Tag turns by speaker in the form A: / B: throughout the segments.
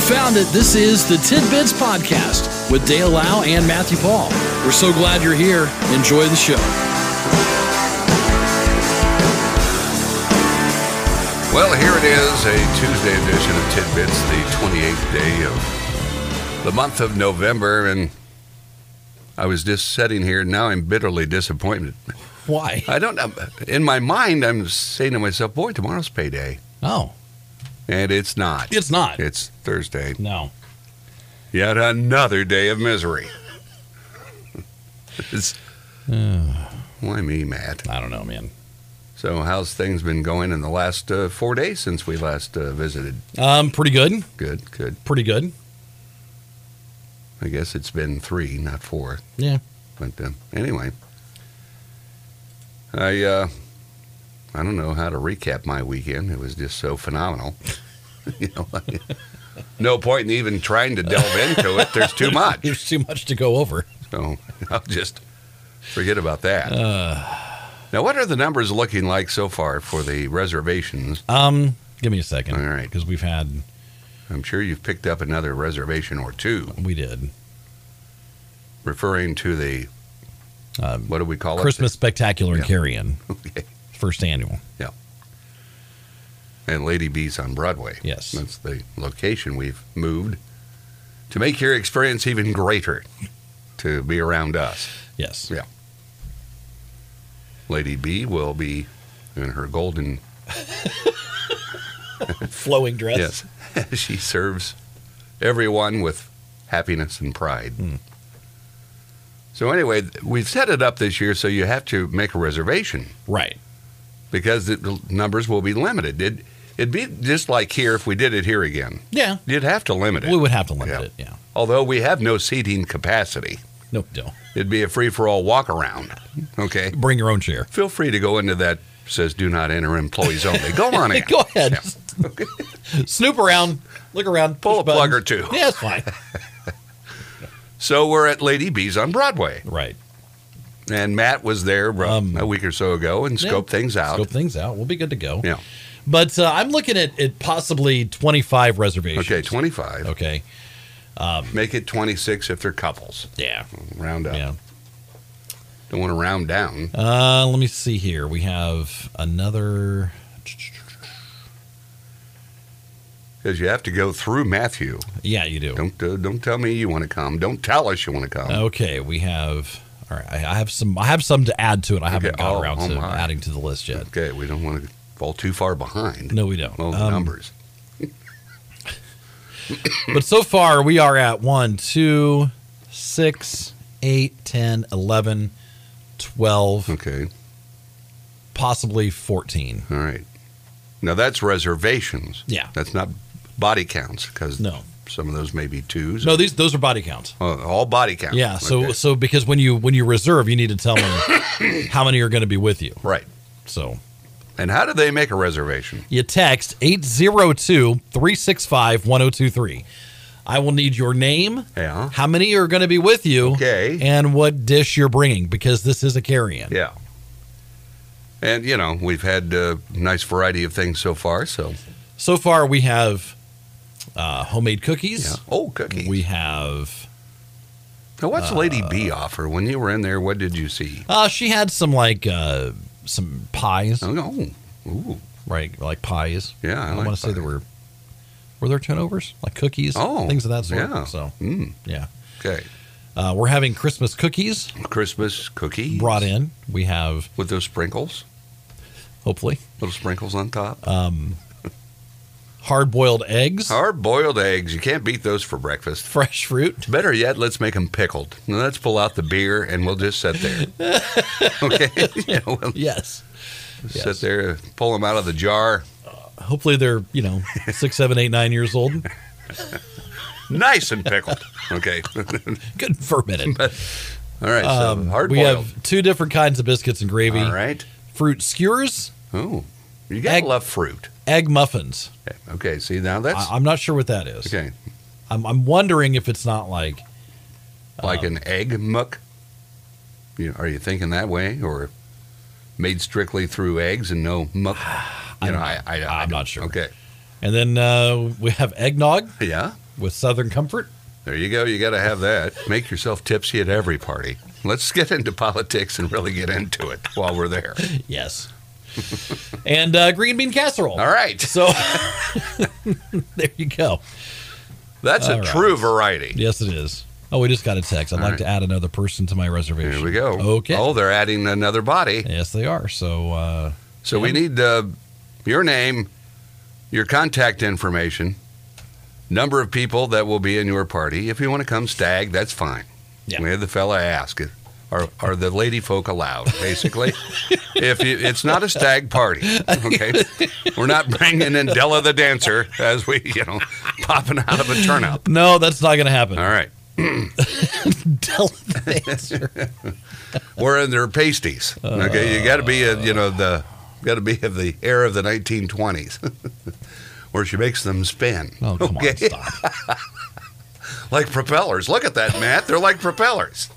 A: found it. This is the Tidbits Podcast with Dale Lau and Matthew Paul. We're so glad you're here. Enjoy the show.
B: Well, here it is, a Tuesday edition of Tidbits, the 28th day of the month of November. And I was just sitting here, now I'm bitterly disappointed.
A: Why?
B: I don't know. In my mind, I'm saying to myself, boy, tomorrow's payday.
A: Oh,
B: And it's not.
A: it's not.
B: It's Thursday.
A: No.
B: Yet another day of misery. it's, why me, Matt?
A: I don't know, man.
B: So, how's things been going in the last uh, four days since we last uh, visited?
A: Um, pretty good.
B: Good, good.
A: Pretty good.
B: I guess it's been three, not four.
A: Yeah.
B: But uh, anyway, I uh, I don't know how to recap my weekend. It was just so phenomenal. you know, like, no point in even trying to delve into it. There's too much.
A: There's too much to go over.
B: So I'll just forget about that.
A: Uh.
B: now, what are the numbers looking like so far for the reservations?
A: Um, give me a second.
B: All right.
A: Because we've had,
B: I'm sure you've picked up another reservation or two,
A: we did
B: referring to the
A: Um,
B: what do we call
A: Christmas Spectacular and
B: Yeah.
A: Carry-In,
B: it? Okay.
A: first annual.
B: and Lady Bees on Broadway.
A: Yes.
B: That's the location we've moved to make your experience even greater to be around us.
A: Yes.
B: Yeah. Lady B will be in her golden.
A: Flowing dress.
B: Yes. she serves everyone with happiness and pride.
A: Hmm.
B: So, anyway, we've set it up this year so you have to make a reservation.
A: Right.
B: because the numbers will be limited. It, it'd be just like here if we did it here again.
A: Yeah.
B: You'd have to limit it.
A: We would have to limit
B: Yeah.
A: it. Yeah.
B: Although we have no seating capacity,
A: Nope. No.
B: it'd be a free for all walk around. Okay.
A: Bring your own chair.
B: Feel free to go into that says do not enter employees only. Go on in.
A: Go ahead. Snoop around. Look around.
B: Pull
A: push
B: a plug
A: buttons.
B: or two.
A: Yeah, it's fine.
B: So we're at Lady B's on Broadway,
A: right.
B: and Matt was there uh,
A: Um,
B: a week or so ago and
A: Yeah.
B: scoped things out.
A: Scope things out. We'll be good to go.
B: yeah.
A: But uh, I'm looking at, at possibly 25 reservations.
B: Okay, 25.
A: Okay.
B: Make it 26 if they're couples.
A: Yeah.
B: Round up.
A: Yeah.
B: Don't want to round down.
A: Uh, let me see here. We have another.
B: Because you have to go through Matthew.
A: Yeah, you do.
B: Don't uh, don't tell me you want to come. Don't tell us you want to come.
A: Okay, we have. All right, I I have some. I have some to add to it. I haven't
B: Okay,
A: got
B: oh,
A: around
B: oh
A: to
B: my.
A: adding to the list yet.
B: Okay, we don't want to fall too far behind.
A: No, we don't.
B: Well, the
A: Um,
B: numbers.
A: But so far, we are at 1, 2, 6, 8, 10, 11, 12,
B: Okay,
A: possibly 14.
B: all right. Now that's reservations.
A: Yeah.
B: That's not body counts because
A: No.
B: some of those may be twos.
A: No, these those are body counts.
B: Oh, all body counts.
A: Yeah, so
B: Okay.
A: so because when you when you reserve, you need to tell me how many are going to be with you.
B: right.
A: So,
B: And how do they make a reservation?
A: you text 802-365-1023. I will need your name,
B: Yeah.
A: how many are going to be with you,
B: Okay.
A: and what dish you're bringing because this is a carry-in.
B: Yeah. And you know we've had a nice variety of things so far. So
A: So far, we have uh, homemade cookies.
B: yeah. Oh, cookie.
A: We uh, have.
B: now what's Lady B offer? When you were in there, what did you see?
A: Uh, she had some like uh, some pies,
B: Oh, ooh,
A: right? Like pies.
B: yeah. I,
A: I,
B: like
A: want to say
B: that.
A: there were were there turnovers like cookies,
B: Oh,
A: things of that sort.
B: yeah.
A: So
B: Mm,
A: yeah,
B: okay.
A: uh, we're having Christmas cookies
B: Christmas cookie
A: brought in. We have
B: with those sprinkles,
A: hopefully
B: little sprinkles on top.
A: hard boiled eggs,
B: Hard boiled eggs. You can't beat those for breakfast.
A: fresh fruit.
B: Better yet, let's make them pickled. Now let's pull out the beer and we'll just sit there. Okay, you know, we'll
A: Yes.
B: sit there, pull them out of the jar.
A: Hopefully they're you know six, seven, eight, nine years old.
B: Nice and pickled. Okay,
A: Good for a minute.
B: all right. So
A: Um,
B: hard
A: we
B: boiled.
A: have two different kinds of biscuits and gravy.
B: All right.
A: Fruit skewers,
B: Oh, you gotta
A: Egg-
B: love fruit.
A: egg muffins.
B: Okay. See now that's
A: I, I'm not sure what that is.
B: okay.
A: I'm, I'm wondering if it's not like
B: Like
A: uh,
B: an egg muck. You, are you thinking that way, or made strictly through eggs and no muck? You know, I, I, I
A: I'm
B: don't-
A: not sure.
B: Okay,
A: And then uh, we have eggnog,
B: yeah,
A: with Southern Comfort.
B: There you go. You got to have that. Make yourself tipsy at every party. Let's get into politics and really get into it while we're there.
A: Yes. and uh, green bean casserole.
B: All right.
A: So there you go.
B: That's a
A: All right.
B: true variety.
A: Yes, it is. Oh, we just got a text. I'd
B: All
A: like
B: right.
A: to add another person to my reservation.
B: Here we go.
A: Okay.
B: Oh, they're adding another body.
A: Yes, they are. So uh,
B: So we need uh, your name, your contact information, number of people that will be in your party. If you want to come stag, that's fine.
A: Yeah.
B: We had the fella ask, are, are the lady folk allowed, basically? if you, It's not a stag party, okay? We're not bringing in Della the dancer as we, you know, popping out of a turnip.
A: no, that's not going to happen.
B: All right.
A: Tell the answer.
B: We're in their pasties.
A: Uh,
B: Okay, you got to be, a, you know, the got to be of the air of the 1920s, where she makes them spin.
A: Oh, come
B: Okay?
A: on, stop.
B: like propellers. Look at that, Matt. They're like propellers.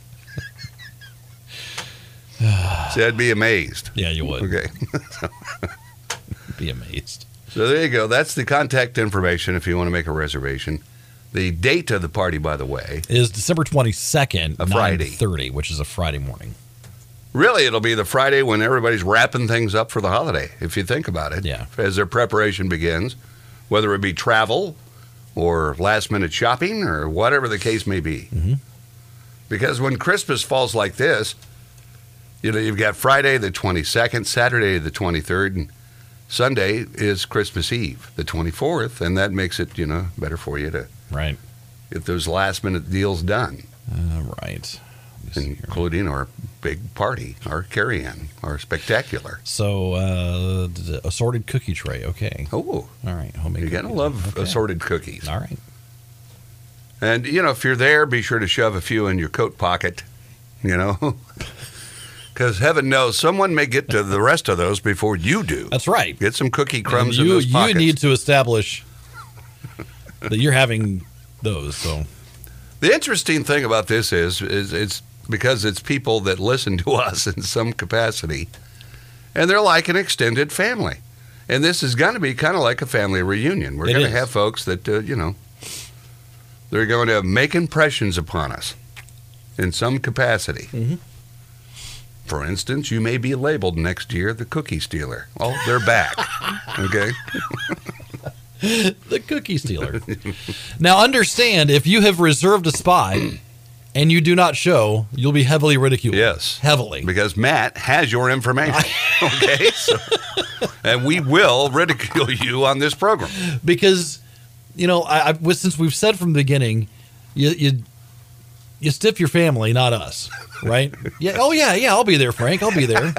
B: See, I'd be amazed.
A: Yeah, you would
B: Okay,
A: be amazed.
B: so there you go. That's the contact information if you want to make a reservation. The date of the party, by the way,
A: It is December 22nd,
B: A Friday.
A: 30, which is a Friday morning.
B: really it'll be the Friday when everybody's wrapping things up for the holiday. If you think about it,
A: Yeah.
B: as their preparation begins, whether it be travel or last minute shopping or whatever the case may be.
A: Mhm.
B: Because when Christmas falls like this, you know, you've got Friday the 22nd, Saturday the 23rd, and Sunday is Christmas Eve, the 24th, and that makes it, you know, better for you to
A: Right.
B: get those last minute deals done,
A: All Uh, right. Let me see here.
B: including our big party, our carry in, our spectacular.
A: So, uh, d- assorted cookie tray. Okay.
B: Oh,
A: All right. Homemade
B: you gotta
A: cookies.
B: love
A: Okay.
B: assorted cookies.
A: All right.
B: And you know, if you're there, be sure to shove a few in your coat pocket, you know, because heaven knows someone may get to the rest of those before you do.
A: That's right.
B: Get some cookie crumbs
A: you,
B: in those
A: you
B: pockets.
A: need to establish that you're having those. So,
B: the interesting thing about this is, is it's because it's people that listen to us in some capacity, and they're like an extended family. And this is going to be kind of like a family reunion. We're
A: It
B: going to
A: is.
B: have folks that uh, you know they're going to make impressions upon us in some capacity.
A: Mhm.
B: For instance, you may be labeled next year the cookie stealer. Oh, they're back. okay.
A: the cookie stealer. now, understand if you have reserved a spot and you do not show, you'll be heavily ridiculed.
B: Yes.
A: Heavily.
B: Because Matt has your information. okay. So, and we will ridicule you on this program.
A: because you know I, I well, since we've said from the beginning you you you stiff your family not us right yeah oh yeah yeah i'll be there frank i'll be there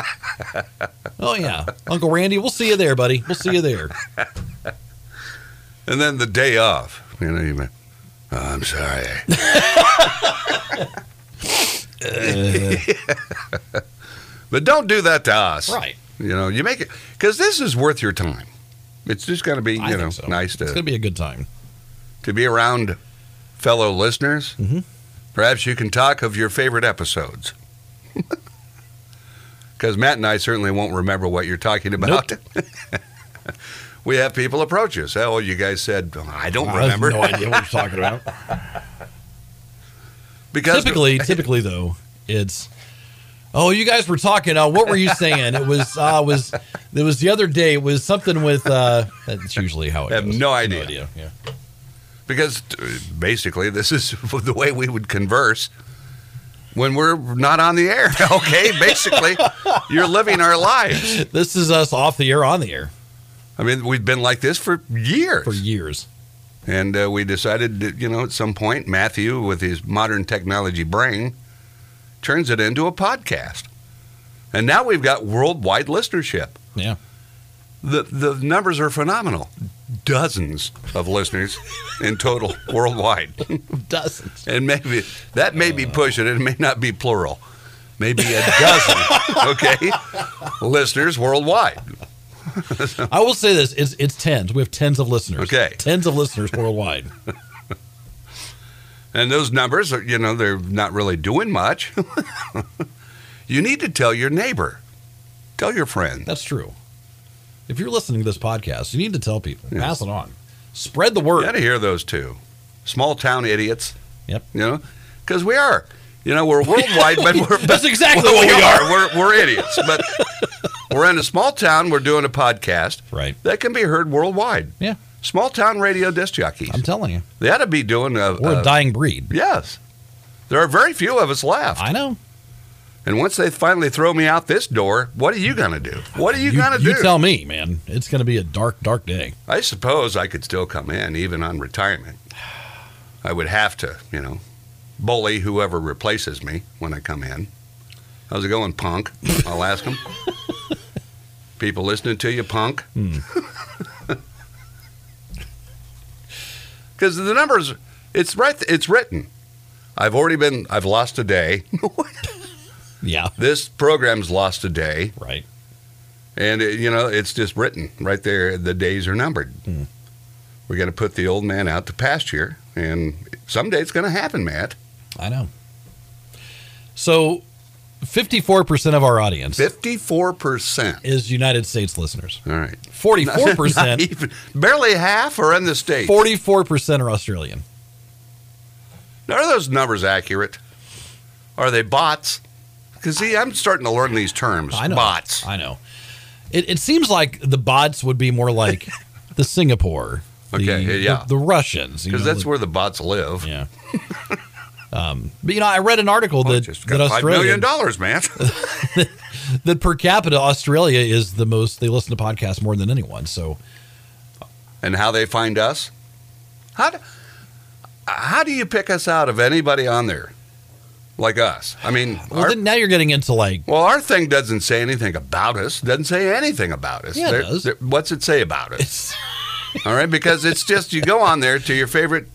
A: oh yeah uncle randy we'll see you there buddy we'll see you there
B: And then the day of, you know, you may, oh, I'm sorry. but don't do that to us.
A: Uh. right
B: You know, you make it because this is worth your time. It's just going to be, you
A: I think
B: know,
A: so.
B: nice
A: it's gonna
B: to,
A: be a good time
B: to be around fellow listeners.
A: Mhm.
B: Perhaps you can talk of your favorite episodes. Because Matt and I certainly won't remember what you're talking about. we have people approach us. Oh, you guys said, I don't
A: I have
B: remember.
A: no idea what you're talking about
B: because
A: typically typically though it's oh you guys were talking uh, what were you saying it was uh was it was the other day it was something with uh that's usually how it
B: I have
A: goes.
B: no idea.
A: yeah
B: because uh, basically this is the way we would converse when we're not on the air. Okay, basically, you're living our lives.
A: This is us off the air, on the air
B: I mean, we've been like this for years,
A: for years.
B: and uh, we decided, that, you know, at some point, Matthew, with his modern technology brain, turns it into a podcast, and now we've got worldwide listenership.
A: Yeah.
B: The the numbers are phenomenal. Dozens of listeners in total worldwide.
A: Dozens.
B: And maybe that may be pushing it. It may not be plural. Maybe a dozen, okay, listeners worldwide.
A: I will say this: it's it's tens. We have tens of listeners.
B: Okay.
A: Tens of listeners worldwide.
B: And those numbers, are, you know, they're not really doing much. you need to tell your neighbor, tell your friend.
A: That's true. If you're listening to this podcast, you need to tell people.
B: Yeah.
A: Pass it on. Spread the word.
B: You got to hear those two. small town idiots.
A: Yep.
B: You know, because we are. You know, we're worldwide, but we're but-
A: That's exactly
B: well,
A: what we are.
B: We're we're idiots, but we're in a small town. We're doing a podcast
A: Right.
B: that can be heard worldwide.
A: Yeah.
B: Small town radio disc jockeys.
A: I'm telling you.
B: they ought to be doing a,
A: We're
B: a-
A: a dying breed.
B: yes. There are very few of us left.
A: I know.
B: And once they finally throw me out this door, what are you going to do? What are you, going to do?
A: You tell me, man. It's going to be a dark, dark day.
B: I suppose I could still come in even on retirement. I would have to, you know, bully whoever replaces me when I come in. How's it going, punk? I'll ask them. People listening to you, punk?
A: Hmm.
B: Because the numbers, it's right, it's written. I've already been, I've lost a day.
A: Yeah.
B: this program's lost a day.
A: Right.
B: And it, you know, it's just written right there. The days are numbered.
A: Hmm.
B: We're going to put the old man out to pasture, and someday it's going to happen, Matt.
A: I know. So, 54% of our audience
B: Fifty-four percent.
A: is United States listeners.
B: All right,
A: 44%.
B: Not even- barely half are in the state.
A: 44% are Australian.
B: Now, are those numbers accurate? Are they bots? Because see, I'm starting to learn these terms.
A: I know.
B: Bots.
A: I know. It, it seems like the bots would be more like the Singapore,
B: Okay,
A: the,
B: yeah.
A: the, the Russians. you
B: Because
A: know,
B: that's
A: like-
B: where the bots live.
A: Yeah. um, but you know, I read an article that
B: Just
A: that
B: got five million
A: Australia
B: dollars, man.
A: that per capita Australia is the most they listen to podcasts more than anyone. So
B: and how they find us. How do, how do you pick us out of anybody on there like us? I mean,
A: well,
B: our,
A: then now you're getting into like
B: well, our thing doesn't say anything about us. Doesn't say anything about us.
A: Yeah, it does.
B: what's it say about us?
A: it's
B: All right, because it's just you go on there to your favorite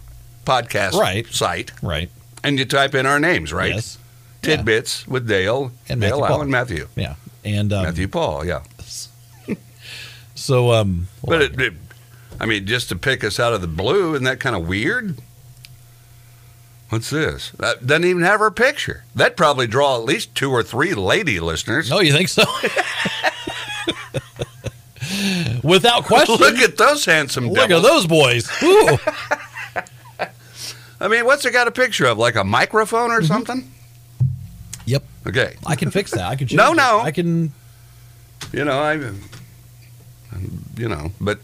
B: podcast
A: Right.
B: site
A: right,
B: and you type in our names, right?
A: Yes, yeah.
B: Tidbits with Dale
A: And
B: Dale
A: Matthew
B: Allen,
A: Paul.
B: Matthew,
A: yeah, and um,
B: Matthew Paul. Yeah,
A: so um, hold
B: but
A: on
B: it, it, I mean, just to pick us out of the blue, isn't that kind of weird? What's this? That doesn't even have her picture. That'd probably draw at least two or three lady listeners.
A: No, Oh, you think so? Without question.
B: Look at those handsome
A: Look at
B: devils.
A: those boys. Ooh.
B: I mean, what's it got a picture of? Like a microphone
A: Mm-hmm.
B: or something?
A: yep,
B: Okay.
A: I can fix that. I can.
B: No,
A: change it.
B: no.
A: I can.
B: You know, I, you know, but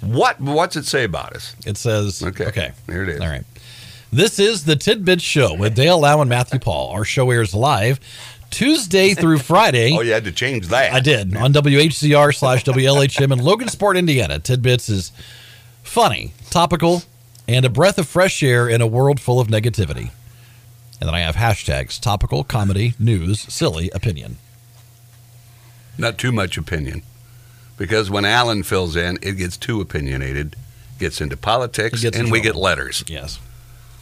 B: what what's it say about us?
A: It says.
B: Okay.
A: Okay.
B: There it is.
A: All right. This is the Tidbit Show with Dale Lau and Matthew Paul. Our show airs live Tuesday through Friday.
B: Oh, you had to change that.
A: I did on WHCR slash WLHM in Logansport, Indiana. Tidbits is funny, topical, and a breath of fresh air in a world full of negativity. And then I have hashtags topical, comedy, news, silly, opinion.
B: Not too much opinion. Because when Alan fills in, it gets too opinionated, gets into politics,
A: It gets in
B: and we get
A: trouble.
B: letters.
A: Yes.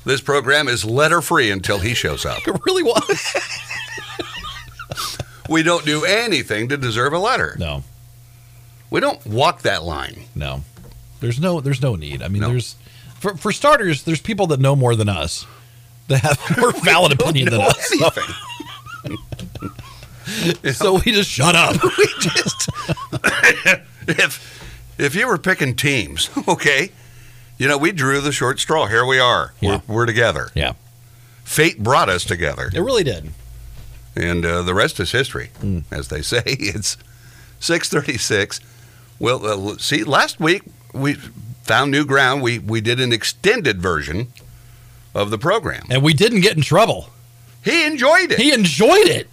B: This program is letter free until he shows up.
A: It really was.
B: we don't do anything to deserve a letter.
A: No,
B: We don't walk that line.
A: no. There's no there's no need. I mean
B: No.
A: there's for for starters, there's people that know more than us that have more valid opinion than
B: No
A: us. So-
B: anything.
A: So we just shut up.
B: we just if if you were picking teams, okay, you know we drew the short straw. Here we are.
A: Yeah.
B: We're, we're together.
A: Yeah.
B: Fate brought us together.
A: It really did.
B: and uh, the rest is history, as they say. It's 6:36. Well, uh, l- see, last week we found new ground. We we did an extended version of the program.
A: And we didn't get in trouble.
B: He enjoyed it.
A: He enjoyed it.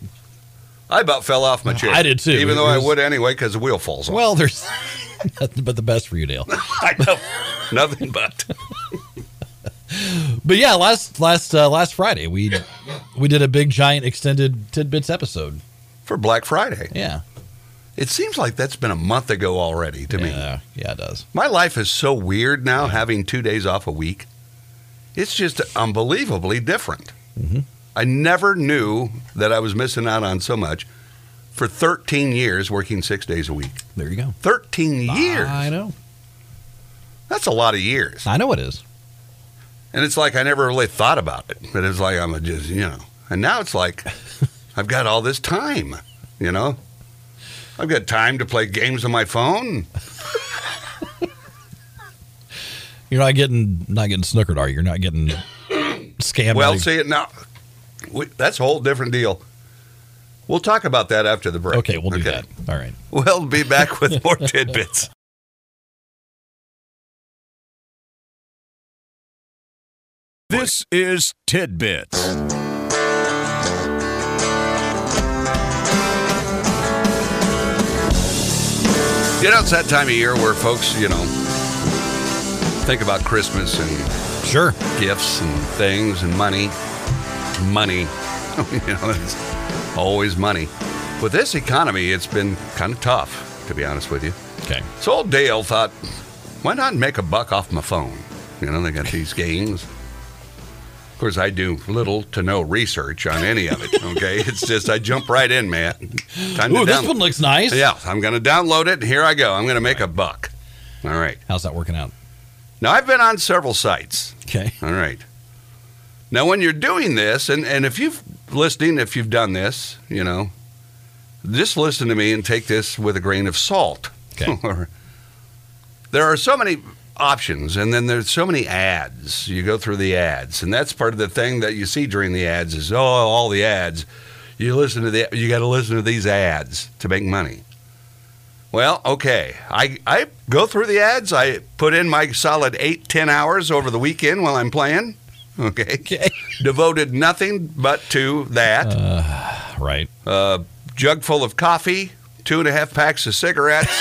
B: I about fell off my chair.
A: I did too.
B: even though
A: It
B: I
A: was-
B: would anyway because the wheel falls off.
A: Well, there's nothing but the best for you, Dale.
B: I know nothing but.
A: But yeah, last last uh, last Friday we we did a big giant extended tidbits episode.
B: For Black Friday.
A: Yeah,
B: It seems like that's been a month ago already to me.
A: yeah, yeah, it does.
B: My life is so weird now having two days off a week. It's just unbelievably different.
A: Mhm.
B: I never knew that I was missing out on so much for 13 years working six days a week.
A: There you go.
B: 13 years.
A: I know.
B: That's a lot of years.
A: I know it is.
B: And it's like I never really thought about it, but it's like I'm just, you know. And now it's like I've got all this time, you know? I've got time to play games on my phone.
A: You're not getting not getting snookered, are you? You're not getting scammed.
B: Well,
A: like-
B: see it now. We, that's a whole different deal. We'll talk about that after the break.
A: okay, we'll do that. All right.
B: We'll be back with more tidbits.
C: This is Tidbits.
B: You know, it's that time of year where folks, you know, think about Christmas and
A: Sure.
B: gifts and things and money. Money. you know, it's always money. With this economy, it's been kind of tough, to be honest with you.
A: Okay.
B: So old Dale thought, why not make a buck off my phone? You know, they got these games. Of course, I do little to no research on any of it. Okay, it's just I jump right in, man. Time
A: Ooh,
B: to
A: this
B: download.
A: one looks nice.
B: Yeah, I'm going to download it. and Here I go. I'm going to make a buck. All right.
A: How's that working out?
B: Now I've been on several sites.
A: Okay.
B: All right. Now, when you're doing this, and, and if you've listening, if you've done this, you know, just listen to me and take this with a grain of salt.
A: Okay.
B: Or- there are so many options, and then there's so many ads. You go through the ads, and that's part of the thing that you see during the ads is oh, all the ads. You listen to the you got to listen to these ads to make money. Well, okay. I, I go through the ads. I put in my solid eight, ten hours over the weekend while I'm playing. Okay.
A: Okay.
B: Devoted nothing but to that
A: Right.
B: a jug full of coffee, two and a half packs of cigarettes,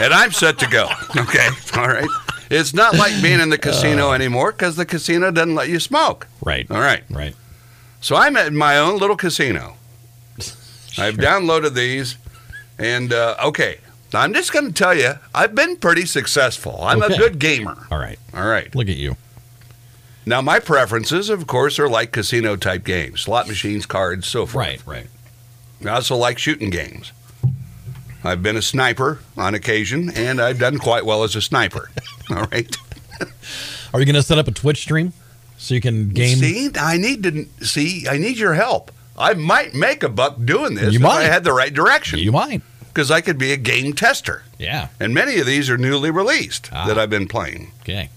B: and I'm set to go. Okay, all right. It's not like being in the casino anymore because the casino doesn't let you smoke.
A: Right.
B: All right.
A: Right.
B: So I'm at my own little casino. I've downloaded these, and uh, okay, I'm just going to tell you, I've been pretty successful. I'm
A: Okay.
B: a good gamer.
A: All right.
B: All right.
A: Look at you.
B: Now, my preferences, of course, are like casino type games, slot machines, cards, so forth.
A: Right. Right.
B: I also like shooting games. I've been a sniper on occasion, and I've done quite well as a sniper. All right.
A: Are you going to set up a Twitch stream so you can game?
B: See, I need to see. I need your help. I might make a buck doing this
A: You
B: if
A: might.
B: I had the right
A: You
B: direction,
A: might.
B: because I could be a game tester.
A: Yeah.
B: And many of these are newly released
A: Ah.
B: that I've been playing.
A: Okay.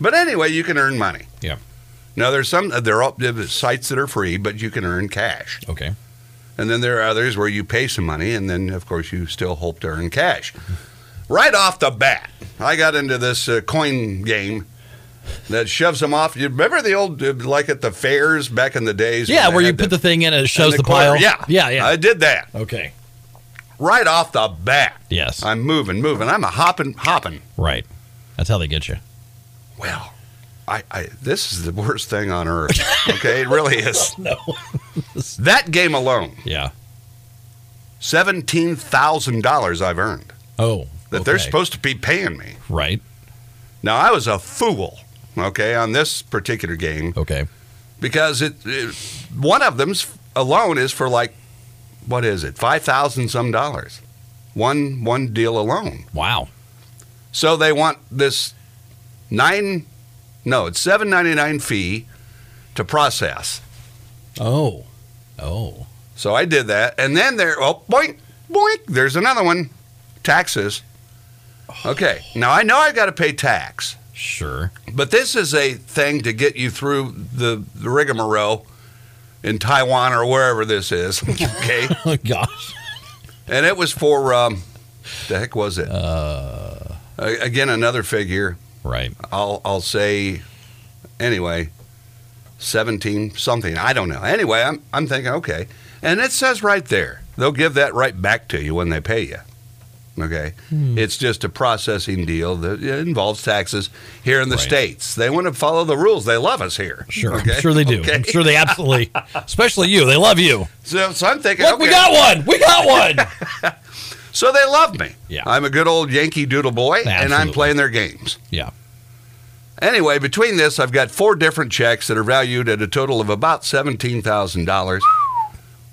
B: But anyway, you can earn money.
A: Yeah.
B: Now there's some uh, there are there's sites that are free, but you can earn cash.
A: Okay.
B: And then there are others where you pay some money, and then, of course, you still hope to earn cash. Right off the bat, I got into this uh, coin game that shoves them off. You remember the old, uh, like at the fairs back in the days?
A: Yeah,
B: when they
A: where you
B: had
A: put the thing in and it
B: and
A: shows the,
B: quarter?
A: pile.
B: Yeah.
A: Yeah. Yeah.
B: I did that
A: okay.
B: right off the bat.
A: Yes.
B: I'm moving, moving. I'm a hopping, hopping.
A: right. That's how they get you.
B: Well, I, I this is the worst thing on earth. Okay, it really is.
A: No.
B: That game alone,
A: Yeah.
B: $17,000 I've earned
A: Oh.
B: that they're
A: okay.
B: supposed to be paying me.
A: Right.
B: Now I was a fool, okay, on this particular game
A: Okay.
B: because it, it one of them's alone is for like what is it five thousand some dollars, one one deal alone.
A: Wow.
B: So they want this nine, no, it's seven ninety nine fee to process.
A: Oh. Oh.
B: So I did that, and then there, oh boink boink, there's another one, taxes. Okay, now I know I got to pay tax.
A: Sure.
B: But this is a thing to get you through the, the rigmarole in Taiwan or wherever this is. Okay.
A: Oh gosh.
B: and it was for, um, the heck was it? Uh, again, another figure.
A: Right.
B: I'll, I'll say, anyway, 17 something. I don't know. Anyway, I'm, I'm thinking, okay. And it says right there, they'll give that right back to you when they pay you. Okay.
A: Hmm.
B: It's just a processing deal that involves taxes here in the
A: Right.
B: States. They want to follow the rules. They love us here.
A: Sure.
B: Okay?
A: I'm sure they do.
B: Okay.
A: I'm sure they absolutely, especially you. They love you.
B: So, so I'm thinking,
A: Look, we
B: okay.
A: got one. We got one.
B: so they love me.
A: Yeah.
B: I'm a good old Yankee Doodle boy, and I'm
A: Absolutely.
B: playing their games.
A: yeah.
B: Anyway, between this, I've got four different checks that are valued at a total of about $17,000.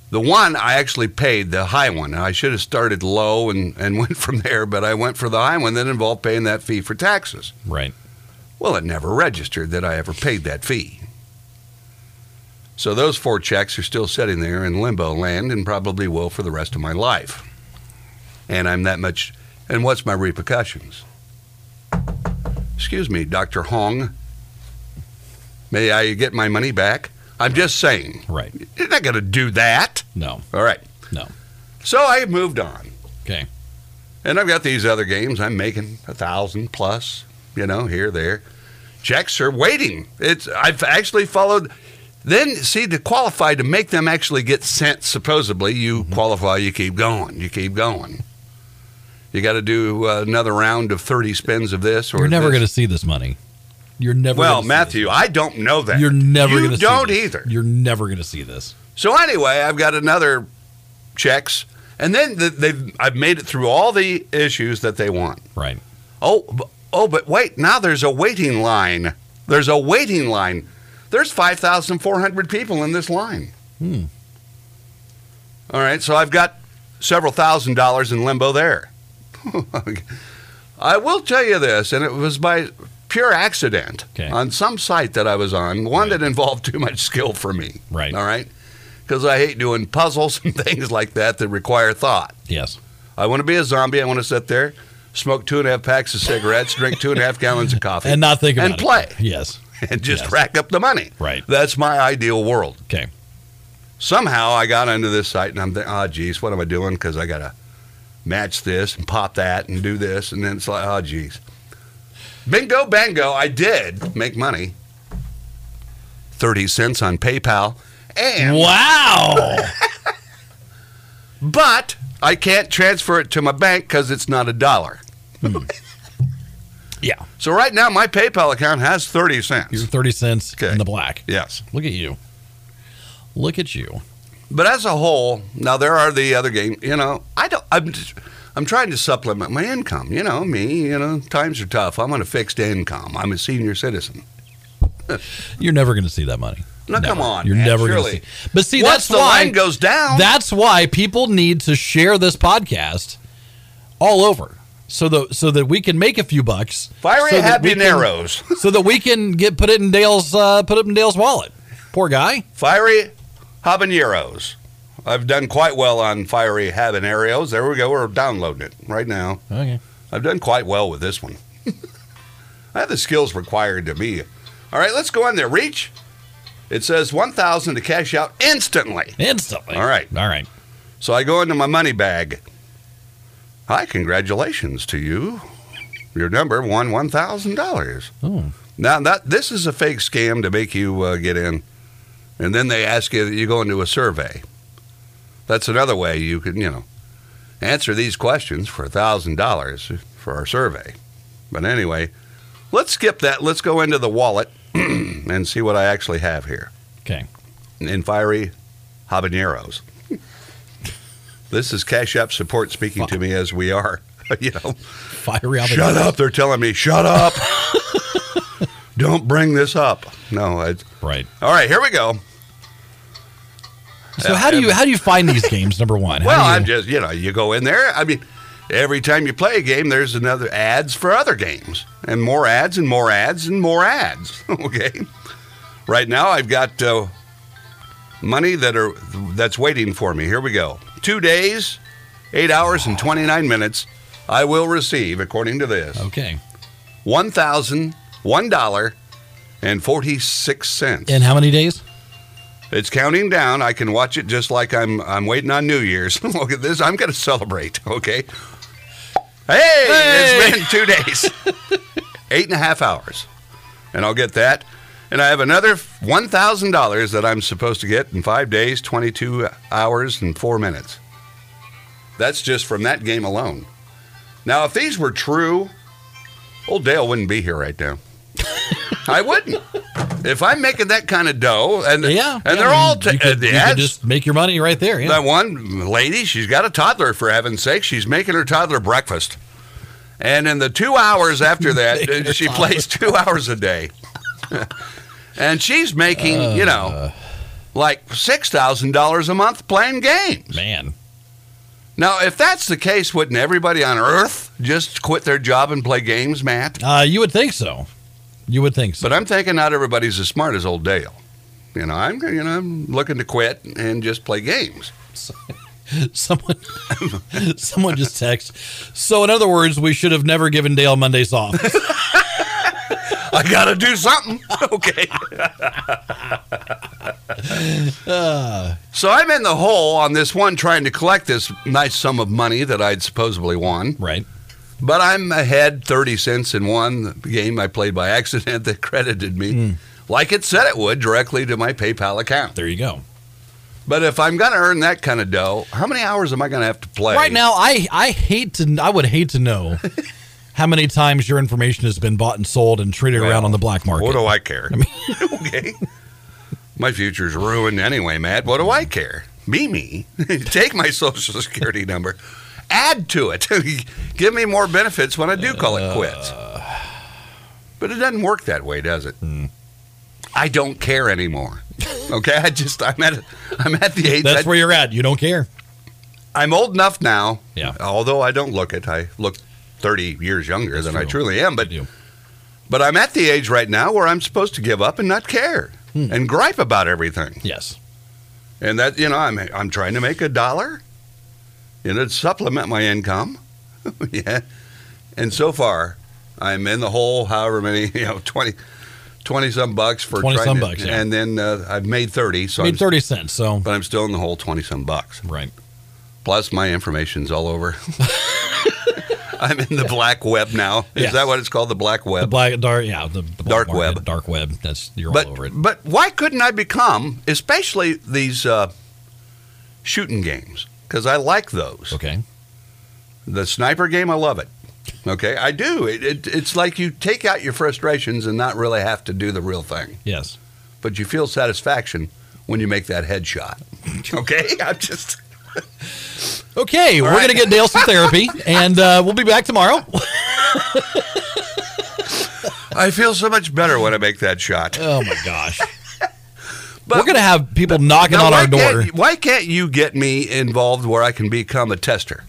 B: The one I actually paid, the high one. I should have started low and, and went from there, but I went for the high one that involved paying that fee for taxes.
A: Right.
B: Well, it never registered that I ever paid that fee. So those four checks are still sitting there in limbo land and probably will for the rest of my life. And I'm that much. And what's my repercussions? Excuse me, Dr. Hong. May I get my money back? I'm just saying.
A: Right.
B: You're not going to do that.
A: No.
B: All right.
A: No.
B: So I moved on.
A: Okay.
B: And I've got these other games. I'm making a thousand plus, you know, here, there. Checks are waiting. It's I've actually followed. Then see to qualify to make them actually get sent. Supposedly, you
A: Mm-hmm.
B: qualify. You keep going. You keep going. You got to do uh, another round of thirty spins of this. Or
A: You're never
B: this.
A: going to see this money. You're never.
B: Well,
A: gonna see
B: Matthew, I don't know that.
A: this. You're never.
B: You
A: gonna see
B: don't
A: this.
B: either.
A: You're never going to see this.
B: So anyway, I've got another checks, and then th- they've I've made it through all the issues that they want.
A: Right.
B: Oh, b- oh, but wait! Now there's a waiting line. There's a waiting line. There's five thousand four hundred people in this line.
A: Hmm.
B: All right, so I've got several thousand dollars in limbo there. I will tell you this, and it was by pure accident
A: Okay.
B: on some site that I was on, one
A: Right.
B: that involved too much skill for me.
A: Right.
B: All right. Because I hate doing puzzles and things like that that require thought.
A: Yes.
B: I want to be a zombie. I want to sit there, smoke two and a half packs of cigarettes, drink two and a half gallons of coffee,
A: And not think about
B: And
A: it.
B: play.
A: Yes.
B: and just
A: Yes.
B: rack up the money.
A: Right.
B: That's my ideal world.
A: Okay.
B: Somehow I got onto this site and I'm thinking, oh, geez, what am I doing? Because I got to match this and pop that and do this. And then it's like, oh, geez. Bingo, bango, I did make money 30 cents on PayPal. And,
A: Wow. Mm.
B: but I can't transfer it to my bank because it's not a dollar.
A: yeah.
B: So right now my PayPal account has 30 cents.
A: You're 30 cents
B: Okay.
A: in the black.
B: yes.
A: Look at you. Look at you.
B: But as a whole, now there are the other games. You know, I don't. I'm. just- I'm trying to supplement my income. You know, me. You know, times are tough. I'm on a fixed income. I'm a senior citizen.
A: You're never going to see that money.
B: Now,
A: Never.
B: come on,
A: You're
B: man,
A: never going to
B: surely.
A: see. But see,
B: Once
A: that's
B: the
A: why
B: line goes down,
A: That's why people need to share this podcast all over, so that so that we can make a few bucks.
B: fiery
A: so that we
B: habaneros,
A: can- so that we can get put it in Dale's uh, put it in Dale's wallet. Poor guy.
B: fiery habaneros. I've done quite well on fiery habaneros. There we go. We're downloading it right now.
A: Okay.
B: I've done quite well with this one. I have the skills required to be. All right, let's go on there. Reach. It says 1,000 to cash out instantly.
A: Instantly.
B: All right.
A: All right.
B: So I go into my money bag. Hi, congratulations to you. Your number won $1,000.
A: Oh.
B: Now, that this is a fake scam to make you uh, get in. And then they ask you that you go into a survey. That's another way you can, you know, answer these questions for $1,000 for our survey. But anyway, let's skip that. Let's go into the wallet and see what I actually have here
A: Okay.
B: in fiery habaneros. this is Cash App support speaking to me as we are. you know,
A: Fiery.
B: shut up. They're telling me, shut up. Don't bring this up. No, it's
A: Right.
B: all right. Here we go.
A: So how do you how do you find these games? Number one. How
B: Well,
A: do you-
B: I'm just you know, you go in there. I mean, every time you play a game, there's another ads for other games, and more ads, and more ads, and more ads. okay. Right now, I've got uh, money that are that's waiting for me. Here we go. Two days, eight hours, and twenty nine minutes. I will receive, according to this,
A: okay.
B: one thousand one dollar and forty six cents.
A: In how many days?
B: It's counting down. I can watch it just like I'm I'm waiting on New Year's. Look at this. I'm going to celebrate, okay? Hey, it's been two days, eight and a half hours, and I'll get that. And I have another one thousand dollars that I'm supposed to get in five days, twenty-two hours and four minutes. That's just from that game alone. Now, if these were true, old Dale wouldn't be here right now. I wouldn't. If I'm making that kind of dough, and
A: Yeah.
B: and
A: yeah,
B: they're
A: I mean,
B: all t- uh,
A: you could,
B: the
A: you could
B: ads,
A: just make your money right there. Yeah.
B: that one lady, she's got a toddler for heaven's sake. She's making her toddler breakfast. And in the two hours after
A: Making her
B: that, she
A: toddler
B: plays two hours a day. and she's making,
A: Uh.
B: you know, like $6,000 a month playing games.
A: Man.
B: Now, if that's the case, wouldn't everybody on earth just quit their job and play games, Matt?
A: Uh, you would think so. You would think so.
B: But I'm thinking not everybody's as smart as old Dale. You know, I'm you know, I'm looking to quit and just play games.
A: someone someone just texts so in other words we should have never given dale mondays off
B: I got to do something. Okay. so I'm in the hole on this one trying to collect this nice sum of money that I'd supposedly won.
A: Right.
B: But I'm ahead 30 cents in one game I played by accident that credited me, like it said it would, directly to my PayPal account.
A: There you go.
B: But if I'm going to earn that kind of dough, how many hours am I going to have to play?
A: Right now, I I hate to I would hate to know how many times your information has been bought and sold and traded around
B: Well,
A: on the black market.
B: What do I care? okay. My future's ruined anyway, Matt. What do I care? Be me. Take my social security number. Add to it. Give me more benefits when I do call it quits. But it doesn't work that way, does it?
A: Hmm.
B: I don't care anymore. Okay, I just I'm at I'm at the age
A: That's
B: I-
A: where you're at. You don't care.
B: I'm old enough now.
A: Yeah.
B: Although I don't look it, I look 30 years younger than I
A: true.
B: truly am. But
A: You do.
B: but I'm at the age right now where I'm supposed to give up and not care
A: Hmm.
B: and gripe about everything.
A: Yes.
B: And that, you know, I'm, I'm trying to make a dollar and it supplement my income. yeah. And so far, I'm in the hole, however many, you know, 20, 20 some bucks for
A: 20
B: trying
A: some
B: to-
A: bucks, yeah.
B: And then uh, I've made 30. So
A: Made
B: I'm,
A: thirty cents. So
B: but I'm still in the hole 20 some bucks.
A: right.
B: Plus, my information's all over. I'm in the black web now. Is
A: Yes.
B: that what it's called? The black
A: The
B: web.
A: black dark. Yeah. The, the black
B: Dark
A: market,
B: web.
A: Dark web. That's you're
B: but
A: all over it.
B: but why couldn't I become, especially these uh, shooting games? Because I like those.
A: Okay.
B: The sniper game, I love it. Okay, I do. It, it, it's like you take out your frustrations and not really have to do the real thing,
A: Yes.
B: but you feel satisfaction when you make that headshot. Okay, I'm just.
A: Okay, we're
B: right.
A: gonna get Dale some therapy, and uh, we'll be back tomorrow.
B: I feel so much better when I make that shot.
A: Oh my gosh.
B: But-
A: we're gonna have people knocking
B: Now,
A: on
B: why
A: our
B: can't-
A: door.
B: why can't you get me involved where I can become a tester?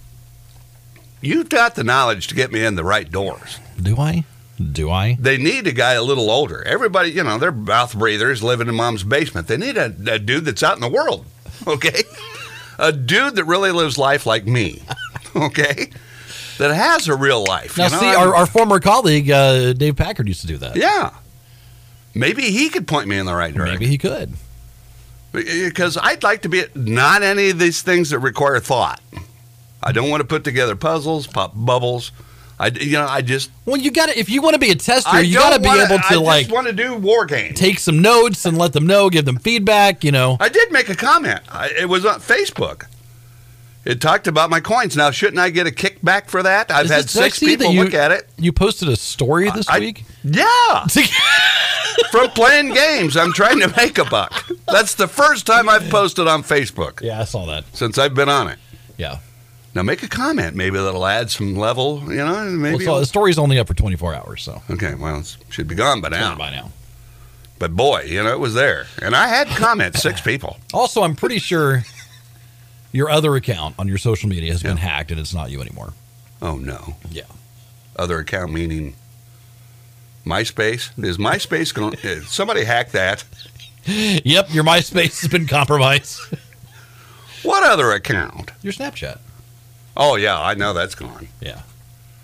B: You've got the knowledge to get me in the right doors.
A: Do I? Do I?
B: They need a guy a little older. Everybody, you know, they're mouth breathers living in mom's basement. They need a, a dude that's out in the world, okay? a dude that really lives life like me, okay? That has a real life.
A: Now,
B: you know?
A: see,
B: I'm-
A: our, our former colleague uh, Dave Packard used to do that.
B: yeah. Maybe he could point me in the right direction.
A: Maybe he could.
B: because I'd like to be not any of these things that require thought. I don't want to put together puzzles, pop bubbles. I, you know, I just
A: Well, you got to if you want to be a tester,
B: I
A: you
B: don't
A: got to be
B: wanna-
A: able
B: I
A: to like
B: just want to do war games.
A: take some notes and let them know, give them feedback. You know,
B: I did make a comment. I, it was on Facebook. It talked about my coins. Now, shouldn't I get a kickback for that? I've
A: Is
B: had
A: it
B: six
A: sexy that
B: people
A: you-
B: look at it.
A: you posted a story this
B: I-
A: week.
B: Yeah, from playing games. I'm trying to make a buck. That's the first time I've posted on Facebook
A: yeah, I saw that.
B: since I've been on it.
A: Yeah,
B: Now make a comment. Maybe that'll add some level. You know, and
A: well,
B: maybe.
A: so the story's only up for 24 hours, so
B: okay, well, it should be gone by now.
A: by now.
B: But boy, you know, it was there, and I had comments. six people.
A: Also, I'm pretty sure your other account on your social media has been
B: Yeah.
A: hacked and it's not you anymore.
B: Oh no.
A: Yeah.
B: Other account meaning MySpace is MySpace going? Somebody hacked that.
A: Yep, your MySpace has been compromised.
B: What other account?
A: Your Snapchat.
B: Oh yeah, I know that's gone.
A: Yeah.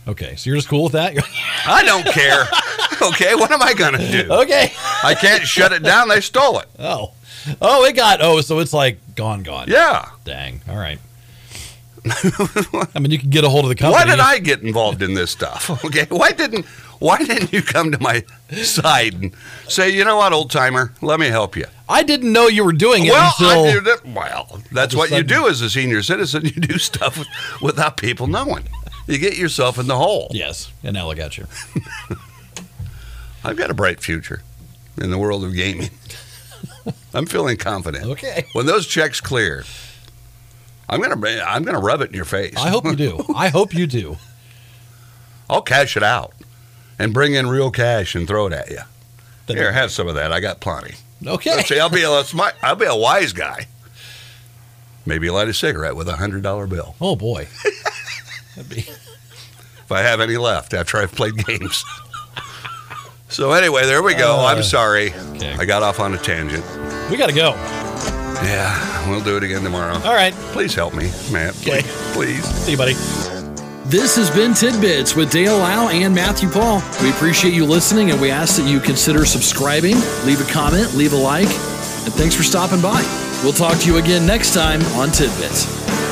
A: Okay, so you're just cool with that? You're like,
B: I don't care. okay, what am I gonna do?
A: okay.
B: I can't shut it down. They stole it.
A: Oh. Oh, it got oh, so it's like gone, gone.
B: Yeah.
A: Dang. All right. I mean, you can get a hold of the company.
B: Why did I get involved in this stuff? Okay, why didn't why didn't you come to my side and say, you know what, old timer, let me help you?
A: I didn't know you were doing it
B: Well,
A: until
B: I, that- well, that's
A: All of a
B: what you
A: sudden-
B: do as a senior citizen. You do stuff with- without people knowing. You get yourself in the hole.
A: yes, and now I got you.
B: I've got a bright future in the world of gaming. I'm feeling confident.
A: Okay.
B: When those checks clear, I'm gonna br- I'm gonna rub it in your face.
A: I hope you do. I hope you do.
B: I'll cash it out and bring in real cash and throw it at you.
A: Then-
B: Here, have some of that. I got plenty.
A: Okay.
B: See, I'll be a smart, I'll be a wise guy. Maybe light a cigarette with a hundred dollar bill
A: Oh boy. That'd be-
B: if I have any left after I've played games. so anyway, there we go. I'm sorry,
A: Uh, okay.
B: I got off on a tangent.
A: we got to go.
B: Yeah, we'll do it again tomorrow.
A: All right.
B: Please help me, Matt.
A: Okay.
B: Please.
A: See you, buddy.
D: This has been Tidbits with Dale Lau and Matthew Paul. We appreciate you listening and we ask that you consider subscribing, leave a comment, leave a like, and thanks for stopping by. We'll talk to you again next time on Tidbits.